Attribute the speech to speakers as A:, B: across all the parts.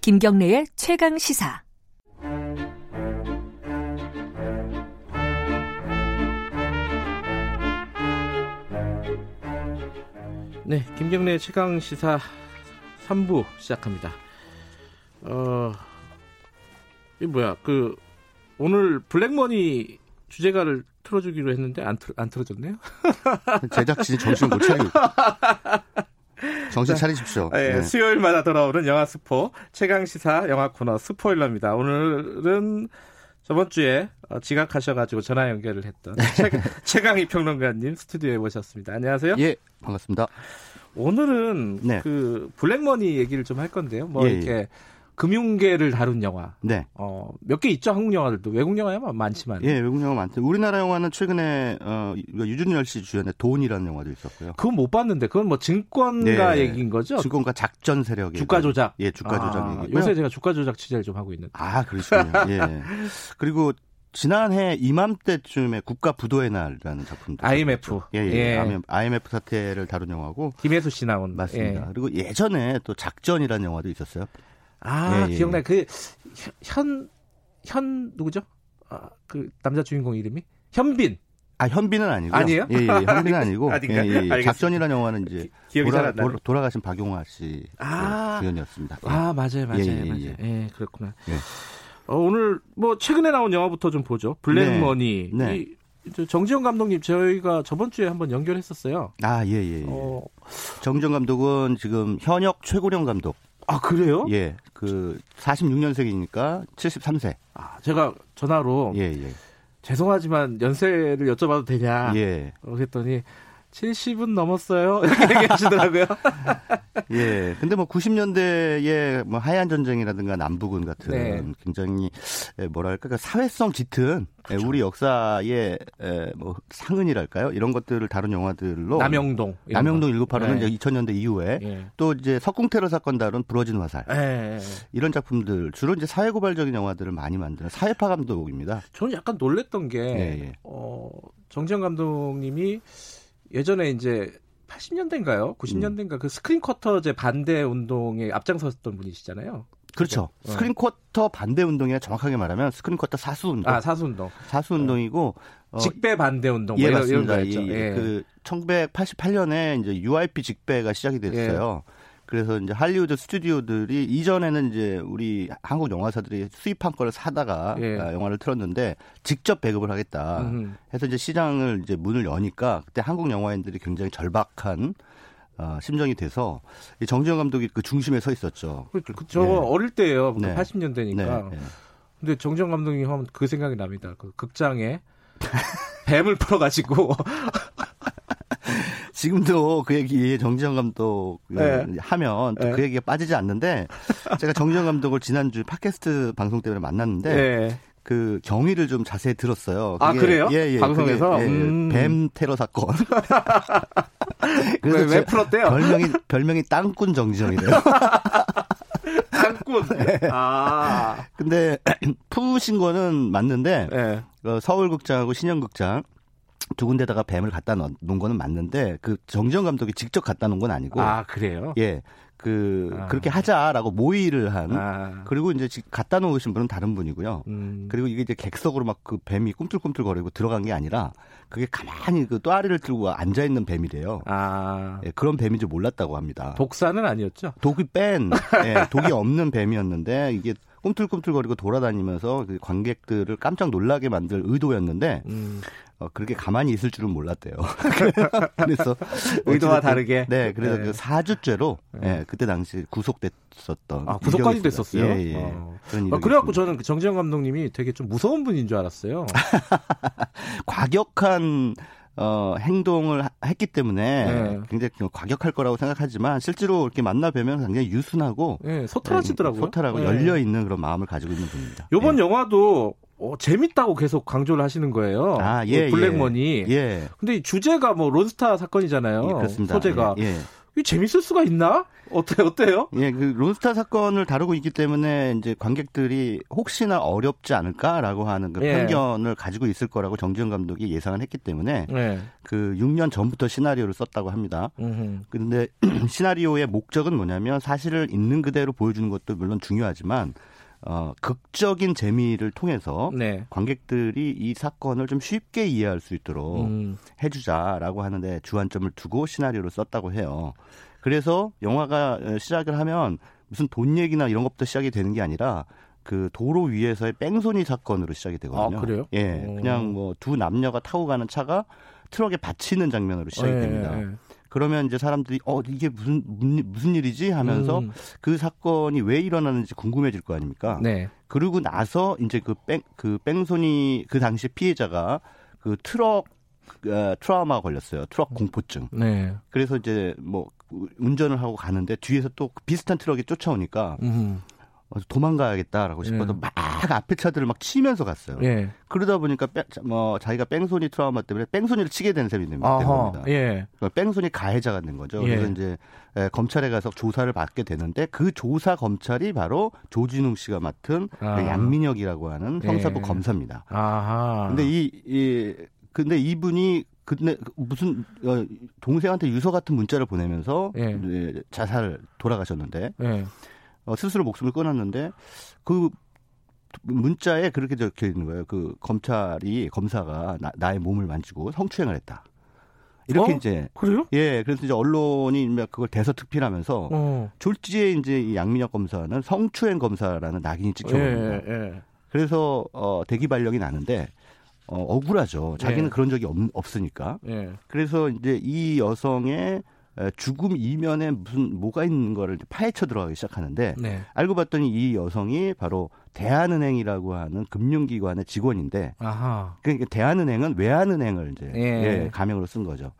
A: 김경래의 최강 시사.
B: 네, 김경래 최강 시사 3부 시작합니다. 어, 이 뭐야, 그, 오늘 블랙머니 주제가를 틀어주기로 했는데 안, 틀, 안 틀어졌네요?
C: 제작진이 정신을 못 차리고. 정신 차리십시오.
B: 예,
C: 네.
B: 수요일마다 돌아오는 영화 스포 최강 시사 영화 코너 스포일러입니다. 오늘은 저번 주에 어, 지각하셔가지고 전화 연결을 했던 최, 강희 평론가님 스튜디오에 모셨습니다. 안녕하세요.
C: 예, 반갑습니다.
B: 오늘은
C: 네.
B: 그 블랙머니 얘기를 좀 할 건데요. 뭐
C: 예,
B: 이렇게 금융계를 다룬 영화
C: 네.
B: 어, 몇 개 있죠 한국 영화들도 외국 영화에만 많지만
C: 예, 외국 영화 많죠. 우리나라 영화는 최근에 어, 유준열 씨 주연의 돈이라는 영화도 있었고요.
B: 그건 못 봤는데 그건 뭐 증권가
C: 네.
B: 얘기인 거죠.
C: 증권가 작전 세력의
B: 주가 조작.
C: 예, 주가 조작
B: 아,
C: 얘기고요.
B: 요새 제가 주가 조작 취재를 좀 하고 있는데.
C: 아, 그러시군요. 예. 그리고 지난해 이맘때쯤에 국가 부도의 날이라는 작품도
B: IMF.
C: 예, 예.
B: 예.
C: IMF IMF 사태를 다룬 영화고
B: 김혜수 씨 나온
C: 맞습니다.
B: 예.
C: 그리고 예전에 또 작전이라는 영화도 있었어요.
B: 아
C: 예, 예.
B: 기억나 그현현 누구죠? 아, 그 남자 주인공 이름이 현빈.
C: 아 현빈은 아니고
B: 아니에요?
C: 예, 예, 현빈은 아니고
B: 아닌가?
C: 예,
B: 알겠습니다.
C: 예, 작전이라는 영화는 이제
B: 기억이
C: 돌아,
B: 잘안 나네.
C: 가신 박용화 씨 예,
B: 아.
C: 주연이었습니다. 예.
B: 아 맞아요 맞아요
C: 예, 예,
B: 맞아요. 예, 그렇구나.
C: 예.
B: 어, 오늘 뭐 최근에 나온 영화부터 좀 보죠. 블랙머니.
C: 네. 네.
B: 이- 저 정지영 감독님 저희가 저번 주에 한번 연결했었어요.
C: 아, 예, 예. 예.
B: 어,
C: 정정 감독은 지금 현역 최고령 감독.
B: 아 그래요?
C: 예. 그 46년생이니까 73세.
B: 아, 제가 전화로
C: 예, 예.
B: 죄송하지만 연세를 여쭤봐도 되냐
C: 예.
B: 어, 그랬더니 70은 넘었어요 이렇게 얘기하시더라고요.
C: 예. 근데 뭐 90년대에 뭐 하얀 전쟁이라든가 남북은 같은
B: 네.
C: 굉장히 에, 뭐랄까 그 사회성 짙은 에,
B: 그렇죠.
C: 우리 역사의 에, 뭐 상흔이랄까요? 이런 것들을 다룬 영화들로
B: 남영동. 이런
C: 어. 남영동
B: 거.
C: 1985는
B: 예.
C: 이제 2000년대 이후에
B: 예.
C: 또 이제 석궁 테러 사건 다룬 부러진 화살
B: 예, 예.
C: 이런 작품들 주로 이제 사회 고발적인 영화들을 많이 만드는 사회파 감독입니다.
B: 저는 약간 놀랬던 게
C: 예, 예.
B: 어, 정재영 감독님이 예전에 이제 80년대인가요? 90년대인가
C: 음.
B: 그 스크린 쿼터제 반대 운동에 앞장섰던 분이시잖아요.
C: 그렇죠.
B: 네.
C: 스크린 쿼터 반대 운동이라 정확하게 말하면 스크린 쿼터 사수 운동.
B: 아 사수 운동,
C: 사수 운동이고 네. 어,
B: 직배 반대 운동
C: 예
B: 뭐 이런, 이런
C: 맞습니다.
B: 거였죠.
C: 이-
B: 예.
C: 그 1988년에 이제 UIP 직배가 시작이
B: 예.
C: 됐어요. 그래서 이제 할리우드 스튜디오들이 이전에는 이제 우리 한국 영화사들이 수입한 걸 사다가
B: 예.
C: 아, 영화를 틀었는데 직접 배급을 하겠다.
B: 음.
C: 해서 이제 시장을 이제 문을 여니까 그때 한국 영화인들이 굉장히 절박한 어, 심정이 돼서 이 정지영 감독이 그 중심에 서 있었죠.
B: 그, 그, 저
C: 네.
B: 어릴 때예요.
C: 네.
B: 80년대니까.
C: 네, 네.
B: 근데 정정 감독님 하면 그 생각이 납니다. 그 극장에 뱀을 풀어가지고
C: 지금도 그 얘기 정지영 감독
B: 네.
C: 하면 또 그
B: 네.
C: 얘기에 빠지지 않는데 제가 정지영 감독을 지난주 팟캐스트 방송 때문에 만났는데
B: 예.
C: 그 경위를 좀 자세히 들었어요.
B: 아,
C: 그게-
B: 그래요?
C: 예, 예.
B: 방송에서?
C: 그게, 예,
B: 음.
C: 뱀 테러 사건.
B: 왜, 왜
C: 제
B: 풀었대요?
C: 별명이 별명이 땅꾼 정지영이래요.
B: 땅꾼.
C: 네.
B: 아.
C: 근데 푸신 거는 맞는데
B: 예.
C: 어, 서울극장하고 신현극장 두 군데다가 뱀을 갖다 놓- 놓은 거는 맞는데 그 정지영 감독이 직접 갖다 놓은 건 아니고
B: 아 그래요?
C: 예. 그
B: 아.
C: 그렇게 하자라고 모의를 한
B: 아.
C: 그리고 이제 지- 갖다 놓으신 분은 다른 분이고요.
B: 음.
C: 그리고 이게 이제 객석으로 막 그 뱀이 꿈틀꿈틀거리고 들어간 게 아니라 그게 가만히 그 또아리를 들고 앉아 있는 뱀이래요.
B: 아.
C: 예, 그런 뱀인 줄 몰랐다고 합니다.
B: 독사는 아니었죠?
C: 독이 뺀 예, 독이 없는 뱀이었는데 이게 꿈틀꿈틀거리고 돌아다니면서 그 관객들을 깜짝 놀라게 만들 의도였는데
B: 음.
C: 어, 그렇게 가만히 있을 줄은 몰랐대요. 그래서
B: 의도와
C: 어찌됐든-
B: 다르게?
C: 네, 그래서
B: 네.
C: 그 사주죄로 예, 그때 당시 구속됐었던
B: 아, 구속까지
C: 이력이 있습니다.
B: 됐었어요?
C: 예, 예.
B: 어.
C: 그런
B: 아,
C: 이력이
B: 그래갖고
C: 있습니다.
B: 저는 그 정재영 감독님이 되게 좀 무서운 분인 줄 알았어요.
C: 과격한 어, 행동을 하- 했기 때문에
B: 네.
C: 굉장히 그 과격할 거라고 생각하지만 실제로 이렇게 만나 뵈면 굉장히 유순하고
B: 예, 소탈하시더라고요.
C: 소탈하고
B: 예.
C: 네, 열려 있는 그런 마음을 가지고 있는 분입니다.
B: 요번
C: 예.
B: 영화도 어, 재밌다고 계속 강조를 하시는 거예요. 뭐
C: 아, 예,
B: 블랙머니.
C: 예.
B: 근데 이 주제가 뭐 론스타 사건이잖아요.
C: 예, 그렇습니다.
B: 소재가
C: 예, 예.
B: 이 재밌을 수가 있나? 어때 어때요?
C: 예, 그 론스타 사건을 다루고 있기 때문에 이제 관객들이 혹시나 어렵지 않을까라고 하는 그
B: 예.
C: 편견을 가지고 있을 거라고 정지영 감독이 예상을 했기 때문에
B: 네.
C: 그 6년 전부터 시나리오를 썼다고 합니다. 근데 시나리오의 목적은 뭐냐면 사실을 있는 그대로 보여주는 것도 물론 중요하지만 어, 극적인 재미를 통해서
B: 네.
C: 관객들이 이 사건을 좀 쉽게 이해할 수 있도록
B: 음.
C: 해주자라고 하는데 주안점을 두고 시나리오를 썼다고 해요. 그래서 영화가 어, 시작을 하면 무슨 돈 얘기나 이런 것부터 시작이 되는 게 아니라 그 도로 위에서의 뺑소니 사건으로 시작이 되거든요.
B: 아, 그래요?
C: 예,
B: 오.
C: 그냥 뭐 두 남녀가 타고 가는 차가 트럭에 받치는 장면으로 시작이
B: 예,
C: 됩니다.
B: 예.
C: 그러면 이제 사람들이 어 이게 무슨 무슨, 무슨 일이지 하면서
B: 음.
C: 그 사건이 왜 일어나는지 궁금해질 거 아닙니까?
B: 네.
C: 그러고 나서 이제 그 뺑 그 뺑소니 그 당시 피해자가 그 트럭 어, 트라우마 걸렸어요. 트럭 공포증.
B: 네.
C: 그래서 이제 뭐 운전을 하고 가는데 뒤에서 또 비슷한 트럭이 쫓아오니까
B: 음.
C: 어, 도망가야겠다라고 싶어서
B: 예.
C: 막 앞에 차들을 막 치면서 갔어요.
B: 예.
C: 그러다 보니까 뺑, 뭐 자기가 뺑소니 트라우마 때문에 뺑소니를 치게 된 셈이 됩니다. 된 겁니다.
B: 아하. 예.
C: 그러니까 뺑소니 가해자가 된 거죠.
B: 예.
C: 그래서 이제 에, 검찰에 가서 조사를 받게 되는데 그 조사 검찰이 바로 조진웅 씨가 맡은
B: 아.
C: 양민혁이라고 그러니까 하는
B: 예.
C: 형사부 검사입니다.
B: 아하.
C: 근데 이, 이 근데 이분이 근데 무슨 어, 동생한테 유서 같은 문자를 보내면서
B: 예.
C: 이제 자살 돌아가셨는데
B: 예.
C: 어, 스스로 목숨을 끊었는데 그 문자에 그렇게 적혀 있는 거예요. 그 검찰이 검사가 나, 의 몸을 만지고 성추행을 했다. 이렇게
B: 어?
C: 이제
B: 그래요?
C: 예, 그래서 이제 언론이 막 그걸 대서특필하면서
B: 어.
C: 졸지에 이제 이 양민혁 검사는 성추행 검사라는 낙인이 찍혀옵니다.
B: 예.
C: 그래서 어, 대기 발령이 나는데 어, 억울하죠. 자기는
B: 예.
C: 그런 적이 없, 으니까
B: 예. 예.
C: 그래서 이제 이 여성의 에, 죽음 이면에 무슨 뭐가 있는 거를 이제 파헤쳐 들어가기 시작하는데
B: 네.
C: 알고 봤더니 이 여성이 바로 대한은행이라고 하는 금융기관의 직원인데
B: 아하.
C: 그러니까 대한은행은 외환은행을 이제
B: 예.
C: 예, 가명으로 쓴 거죠.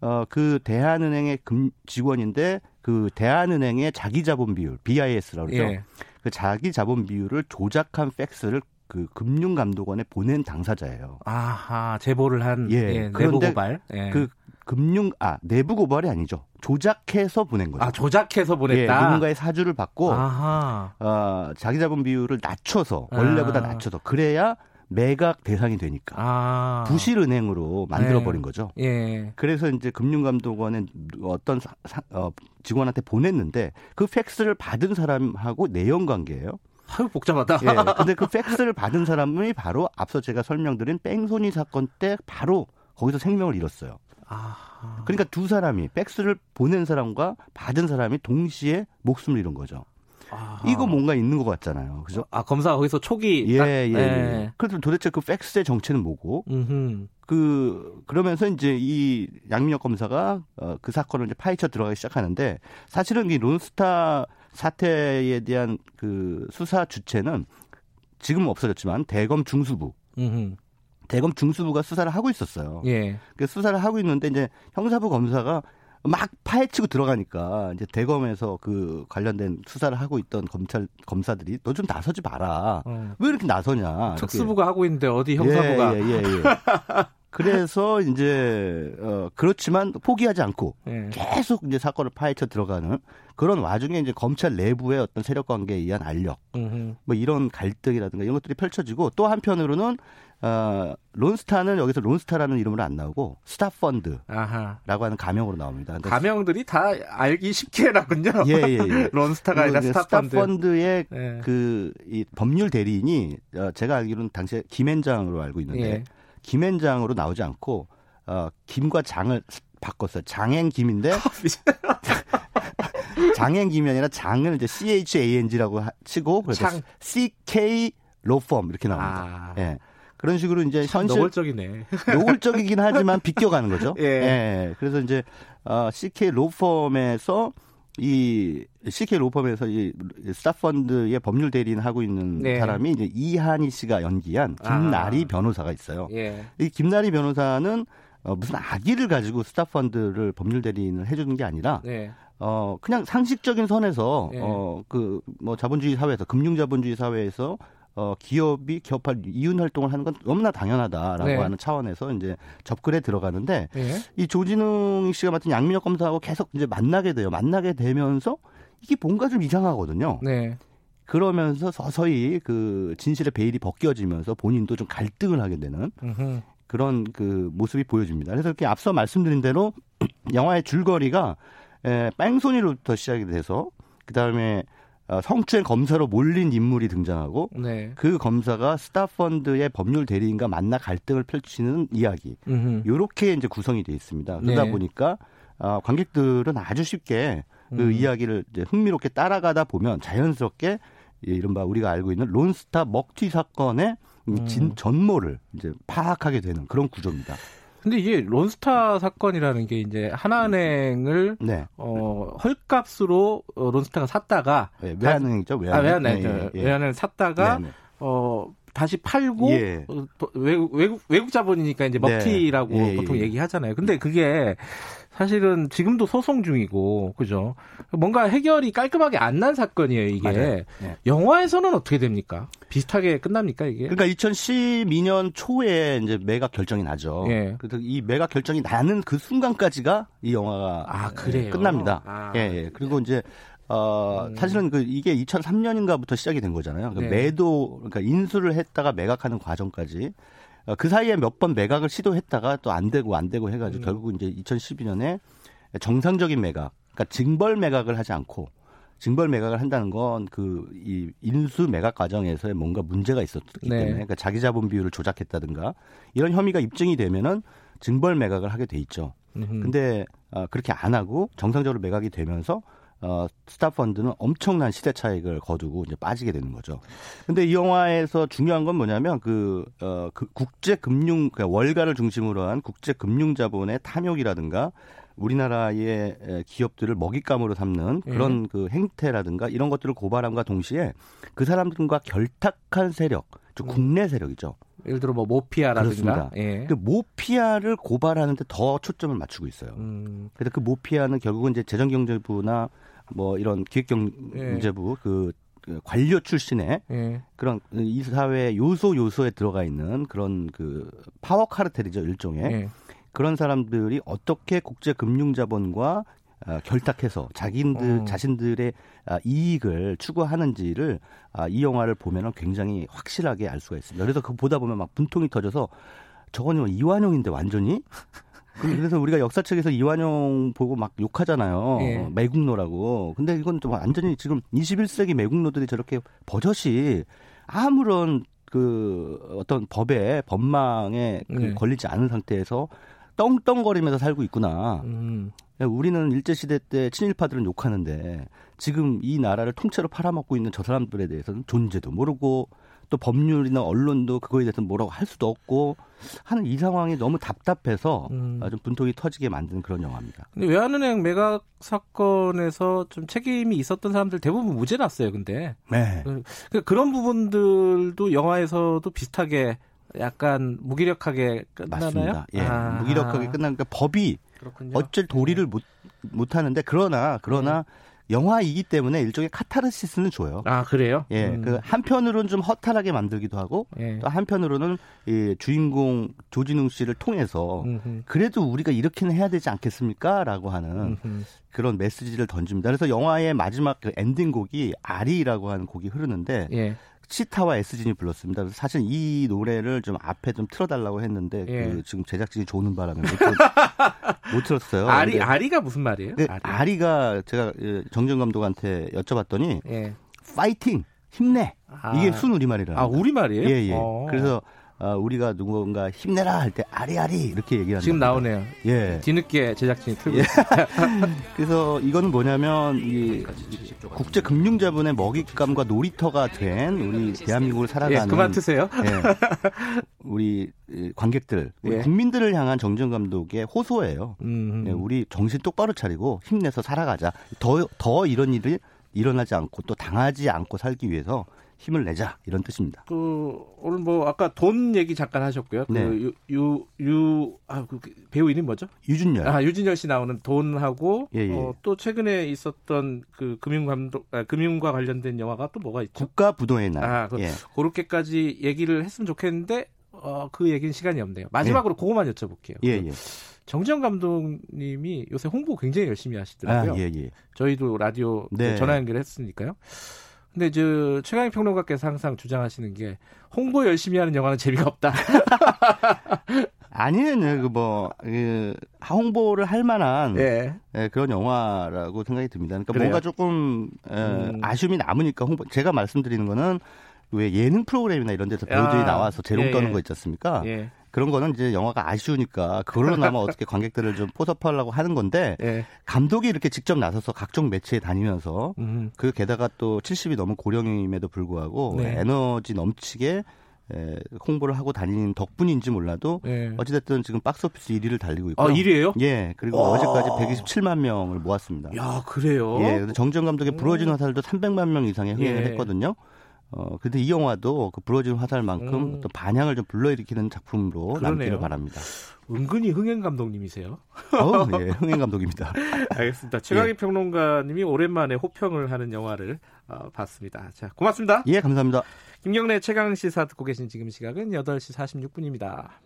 C: 어, 그 대한은행의 금 직원인데 그 대한은행의 자기 자본 비율 BIS라고 그러죠.
B: 예.
C: 그 자기 자본 비율을 조작한 팩스를 그 금융감독원에 보낸 당사자예요.
B: 아하. 제보를 한
C: 예.
B: 예. 내부
C: 그런데
B: 고발. 예.
C: 그 금융 아 내부 고발이 아니죠. 조작해서 보낸 거죠.
B: 아, 조작해서
C: 예,
B: 보냈다.
C: 누군가의 뭐 사주를 받고
B: 아하.
C: 어, 자기 자본 비율을 낮춰서
B: 아.
C: 원래보다 낮춰서 그래야 매각 대상이 되니까
B: 아.
C: 부실 은행으로 만들어 버린 거죠.
B: 예.
C: 그래서 이제 금융감독원에 어떤 사- 사- 어, 직원한테 보냈는데 그 팩스를 받은 사람하고 내연 관계예요.
B: 아유, 복잡하다.
C: 예. 근데 그 팩스를 받은 사람이 바로 앞서 제가 설명드린 뺑소니 사건 때 바로 거기서 생명을 잃었어요.
B: 아하.
C: 그러니까 두 사람이 팩스를 보낸 사람과 받은 사람이 동시에 목숨을 잃은 거죠.
B: 아하.
C: 이거 뭔가 있는 것 같잖아요. 그죠?
B: 아, 검사 거기서 초기.
C: 예,
B: 딱- 네.
C: 예, 예. 그래서 도대체 그 팩스의 정체는 뭐고?
B: 음흠.
C: 그 그러면서 이제 이 양민혁 검사가 어, 그 사건을 이제 파헤쳐 들어가기 시작하는데 사실은 이 론스타 사태에 대한 그 수사 주체는 지금 없어졌지만 대검 중수부
B: 음흠.
C: 대검 중수부가 수사를 하고 있었어요.
B: 예.
C: 그 수사를 하고 있는데 이제 형사부 검사가 막 파헤치고 들어가니까 이제 대검에서 그 관련된 수사를 하고 있던 검찰 검사들이 너 좀 나서지 마라.
B: 어.
C: 왜 이렇게 나서냐?
B: 특수부가 하고 있는데 어디
C: 이렇게.
B: 형사부가.
C: 예, 예, 예, 예. 그래서 이제 어 그렇지만 포기하지 않고
B: 예.
C: 계속 이제 사건을 파헤쳐 들어가는 그런 와중에 이제 검찰 내부의 어떤 세력 관계에 의한 알력
B: 음흠.
C: 뭐 이런 갈등이라든가 이런 것들이 펼쳐지고 또 한편으로는 어, 론스타는 여기서 론스타라는 이름으로 안 나오고 스타펀드라고
B: 아하.
C: 하는 가명으로 나옵니다. 근데
B: 가명들이 다 알기 쉽게 해놨군요.
C: 예, 예, 예.
B: 런스타가 아니라
C: 이제
B: 스타펀드.
C: 스타펀드의
B: 예.
C: 그이 법률 대리인이 어, 제가 알기로는 당시에 김앤장으로 알고 있는데
B: 예.
C: 김앤장으로 나오지 않고 어, 김과 장을 바꿨어요. 장행 김인데
B: 네.
C: 장행 김이 아니라 장을 이제 C H A N G라고 치고 그래서
B: 창.
C: C K 로펌 이렇게
B: 아.
C: 나옵니다. 예. 그런 식으로 이제 현실
B: 노골적이네.
C: 노골적이긴 하지만 비껴가는 거죠.
B: 예.
C: 그래서 이제 어, CK 로펌에서 이 CK 로펌에서 이 스타펀드의 법률 대리인 하고 있는
B: 네.
C: 사람이 이제 이한희 씨가 연기한 김나리
B: 아.
C: 변호사가 있어요.
B: 예.
C: 이 김나리 변호사는 어, 무슨 아기를 가지고 스타펀드를 법률 대리인을 해주는 게 아니라
B: 예.
C: 어 그냥 상식적인 선에서
B: 네.
C: 어 그 뭐 자본주의 사회에서 금융 자본주의 사회에서 어, 기업이 기업할 이윤 활동을 하는 건 너무나 당연하다라고
B: 네.
C: 하는 차원에서 이제 접근에 들어가는데
B: 예.
C: 이 조진웅 씨가 맡은 양민혁 검사하고 계속 이제 만나게 돼요. 만나게 되면서 이게 뭔가 좀 이상하거든요.
B: 네.
C: 그러면서 서서히 그 진실의 베일이 벗겨지면서 본인도 좀 갈등을 하게 되는
B: 음흠.
C: 그런 그 모습이 보여집니다. 그래서 이렇게 앞서 말씀드린 대로 영화의 줄거리가 에, 뺑소니로부터 시작이 돼서 그 다음에 성추행 검사로 몰린 인물이 등장하고
B: 네.
C: 그 검사가 스타펀드의 법률 대리인과 만나 갈등을 펼치는 이야기.
B: 음흠.
C: 요렇게 이제 구성이 돼 있습니다. 그러다
B: 네.
C: 보니까 아, 관객들은 아주 쉽게 그
B: 음.
C: 이야기를 이제 흥미롭게 따라가다 보면 자연스럽게 예, 이른바 우리가 알고 있는 론스타 먹튀 사건의
B: 음.
C: 이 진, 전모를 이제 파악하게 되는 그런 구조입니다.
B: 근데 이게 론스타 사건이라는 게 이제 하나은행을
C: 네.
B: 어, 헐값으로 어, 론스타가 샀다가
C: 예, 외환은행이죠.
B: 아,
C: 외환은행.
B: 외환 아니,
C: 예, 예.
B: 외환을 샀다가
C: 네, 네.
B: 어 다시 팔고
C: 예.
B: 어, 또 외국, 외국 외국 자본이니까 이제
C: 네.
B: 먹튀라고
C: 예, 예,
B: 보통
C: 예.
B: 얘기하잖아요. 근데 그게 사실은 지금도 소송 중이고 그죠? 뭔가 해결이 깔끔하게 안 난 사건이에요. 이게
C: 맞아요. 네.
B: 영화에서는 어떻게 됩니까? 비슷하게 끝납니까 이게?
C: 그러니까 2012년 초에 이제 매각 결정이 나죠.
B: 예.
C: 그래서 이 매각 결정이 나는 그 순간까지가 이 영화가
B: 아, 그래요?
C: 예, 끝납니다.
B: 아. 음.
C: 예, 예. 그리고 이제 어, 사실은 그 이게 2003년인가부터 시작이 된 거잖아요. 그러니까
B: 네.
C: 매도 그러니까 인수를 했다가 매각하는 과정까지 어, 그 사이에 몇 번 매각을 시도했다가 또 안 되고 안 되고 해가지고
B: 음.
C: 결국 이제 2012년에 정상적인 매각, 그러니까 징벌 매각을 하지 않고 징벌 매각을 한다는 건 그 이 인수 매각 과정에서의 뭔가 문제가 있었기
B: 네.
C: 때문에 그러니까 자기 자본 비율을 조작했다든가 이런 혐의가 입증이 되면은 징벌 매각을 하게 돼 있죠.
B: 음흠.
C: 근데 어, 그렇게 안 하고 정상적으로 매각이 되면서 어, 스타펀드는 엄청난 시대 차익을 거두고 이제 빠지게 되는 거죠. 근데 이 영화에서 중요한 건 뭐냐면 그, 어, 그 국제 금융 그러니까 월가를 중심으로 한 국제 금융 자본의 탐욕이라든가 우리나라의 에, 기업들을 먹잇감으로 삼는
B: 예.
C: 그런 그 행태라든가 이런 것들을 고발함과 동시에 그 사람들과 결탁한 세력, 즉 국내 세력이죠.
B: 예를 들어 뭐 모피아라든가
C: 그렇습니다.
B: 음. 예.
C: 그 모피아를 고발하는데 더 초점을 맞추고 있어요.
B: 음,
C: 그래서 그 모피아는 결국은 이제 재정경제부나 뭐 이런 기획경제부 그그 관료 출신의
B: 예.
C: 그런 이 사회 요소 요소에 들어가 있는 그런 그 파워 카르텔이죠 일종의
B: 예.
C: 그런 사람들이 어떻게 국제 금융 자본과 어, 결탁해서 자기들
B: 어.
C: 자신들의 아, 이익을 추구하는지를 아, 이 영화를 보면은 굉장히 확실하게 알 수가 있습니다. 그래서 그 보다 보면 막 분통이 터져서 저건 뭐 이완용인데 완전히 그- 그래서 우리가 역사책에서 이완용 보고 막 욕하잖아요.
B: 예.
C: 어, 매국노라고. 근데 이건 좀 완전히 지금 21세기 매국노들이 저렇게 버젓이 아무런 그 어떤 법에 법망에 그
B: 네.
C: 걸리지 않은 상태에서 떵떵거리면서 살고 있구나.
B: 음.
C: 우리는 일제 시대 때 친일파들은 욕하는데 지금 이 나라를 통째로 팔아먹고 있는 저 사람들에 대해서는 존재도 모르고 또 법률이나 언론도 그거에 대해서 뭐라고 할 수도 없고 하는 이 상황이 너무 답답해서
B: 음.
C: 아, 좀 분통이 터지게 만드는 그런 영화입니다.
B: 근데 외환은행 매각 사건에서 좀 책임이 있었던 사람들 대부분 무죄 났어요. 근데
C: 네.
B: 그- 그런 부분들도 영화에서도 비슷하게 약간 무기력하게 끝나나요?
C: 맞습니다. 예.
B: 아, 네.
C: 무기력하게 끝나니까 법이
B: 그렇군요.
C: 어쩔 도리를 못, 못 하는데 그러나 그러나
B: 네.
C: 영화이기 때문에 일종의 카타르시스는 줘요.
B: 아 그래요?
C: 예,
B: 음,
C: 그 한편으로는 좀 허탈하게 만들기도 하고
B: 예.
C: 또 한편으로는 이 주인공 조진웅 씨를 통해서
B: 음흠,
C: 그래도 우리가 이렇게는 해야 되지 않겠습니까라고 하는
B: 음흠.
C: 그런 메시지를 던집니다. 그래서 영화의 마지막 그 엔딩곡이 아리라고 하는 곡이 흐르는데
B: 예.
C: 시타와 에스진이 불렀습니다. 그래서 사실 이 노래를 좀 앞에 좀 틀어달라고 했는데
B: 예.
C: 그 지금 제작진이 조는 바람에 못, 틀- 못 틀었어요.
B: 아리
C: 근데
B: 아리가 무슨 말이에요?
C: 근데 네, 아리가 제가 예, 정정 감독한테 여쭤봤더니
B: 예.
C: 파이팅 힘내
B: 아.
C: 이게 순우리말이라는
B: 아
C: 거예요.
B: 우리 말이에요?
C: 예, 예.
B: 어.
C: 그래서 어, 우리가 누군가 힘내라 할 때 아리아리 이렇게 얘기하는
B: 지금
C: 겁니다.
B: 나오네요.
C: 예.
B: 뒤늦게 제작진이 틀고
C: 예.
B: 있어요.
C: 그래서 이거는 뭐냐면 이 국제 금융 자본의 먹잇감과 놀이터가 된 우리 대한민국을
B: 예,
C: 살아가는
B: 그만 트세요.
C: 예. 우리 이, 관객들, 우리
B: 예.
C: 국민들을 향한 정정 감독의 호소예요.
B: 음,
C: 예, 우리 정신 똑바로 차리고 힘내서 살아가자. 더 더 이런 일이 일어나지 않고 또 당하지 않고 살기 위해서 힘을 내자 이런 뜻입니다.
B: 그 오늘 뭐 아까 돈 얘기 잠깐 하셨고요. 그
C: 네.
B: 그유유아그 배우 이름 뭐죠?
C: 유준열.
B: 아 유진열 씨 나오는 돈하고
C: 예, 예.
B: 어, 또 최근에 있었던 그 금융 감독 아, 금융과 관련된 영화가 또 뭐가 있죠?
C: 국가 부도의 날.
B: 아, 그,
C: 예.
B: 그렇게까지 얘기를 했으면 좋겠는데 어, 그 얘기는 시간이 없네요. 마지막으로 그것만 여쭤볼게요.
C: 예, 예.
B: 정정 감독님이 요새 홍보 굉장히 열심히
C: 아,
B: 하시더라고요.
C: 예, 예.
B: 저희도 라디오 그
C: 네.
B: 전화 연결했으니까요. 근데 저 최강희 평론가께서 항상 주장하시는 게 홍보 열심히 하는 영화는 재미가 없다.
C: 아니에요. 그 뭐, 그, 홍보를 할 만한
B: 예.
C: 예, 그런 영화라고 생각이 듭니다. 그러니까
B: 그래요?
C: 뭔가 조금 에,
B: 음.
C: 아쉬움이 남으니까 홍보, 제가 말씀드리는 거는 왜 예능 프로그램이나 이런 데서 배우들이
B: 아,
C: 나와서 재롱
B: 예,
C: 떠는
B: 예.
C: 거 있지 않습니까?
B: 예.
C: 그런 거는 이제 영화가 아쉬우니까 그걸로나마 어떻게 관객들을 좀 포섭하려고 하는 건데
B: 예.
C: 감독이 이렇게 직접 나서서 각종 매체에 다니면서
B: 음.
C: 그 게다가 또 70이 넘은 고령임에도 불구하고
B: 네.
C: 에너지 넘치게 에, 홍보를 하고 다니는 덕분인지 몰라도
B: 예.
C: 어찌됐든 지금 박스오피스 1위를 달리고 있고
B: 아, 1위예요?
C: 예 그리고
B: 와.
C: 어제까지 127만 명을 모았습니다.
B: 야, 그래요?
C: 예, 근데 정지영 감독의 부러진 화살도 300만 명 이상의 흥행을
B: 예.
C: 했거든요. 어, 근데 이 영화도 그 부러진 화살만큼
B: 음.
C: 어떤 반향을 좀 불러일으키는 작품으로
B: 그러네요.
C: 남기를 바랍니다.
B: 은근히 흥행 감독님이세요. 예.
C: 어, 예, 흥행 감독입니다.
B: 알겠습니다. 최강희 평론가님이 오랜만에 호평을 하는 영화를 어, 봤습니다. 자, 고맙습니다.
C: 예, 감사합니다.
B: 김경래 최강 시사 듣고 계신 지금 시각은 8시 46분입니다.